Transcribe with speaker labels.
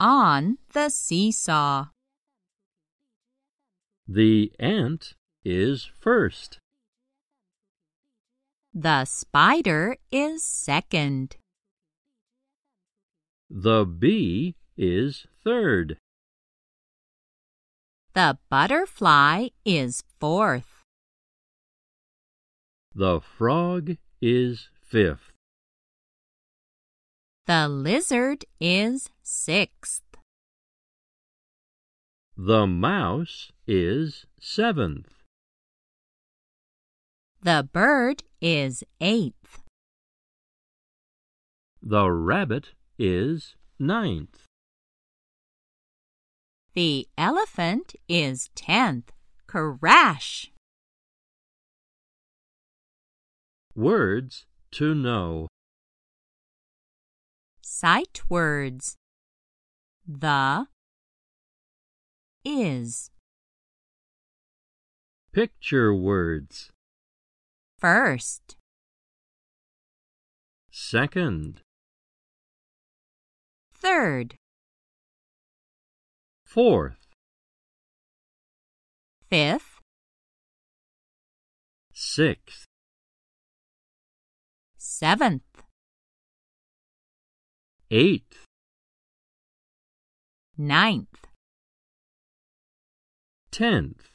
Speaker 1: on the seesaw.
Speaker 2: The ant is first.
Speaker 1: The spider is second.
Speaker 2: The bee is third.
Speaker 1: The butterfly is fourth.
Speaker 2: The frog is fifth.
Speaker 1: The lizard is sixth.
Speaker 2: The mouse is seventh.
Speaker 1: The bird is eighth.
Speaker 2: The rabbit is ninth.
Speaker 1: The elephant is tenth. Crash!
Speaker 2: Words to know.
Speaker 1: Sight words. The is
Speaker 2: Picture words.
Speaker 1: first,
Speaker 2: Second,
Speaker 1: third,
Speaker 2: fourth,
Speaker 1: fifth,
Speaker 2: sixth,
Speaker 1: seventh,
Speaker 2: eighth,
Speaker 1: ninth,
Speaker 2: tenth.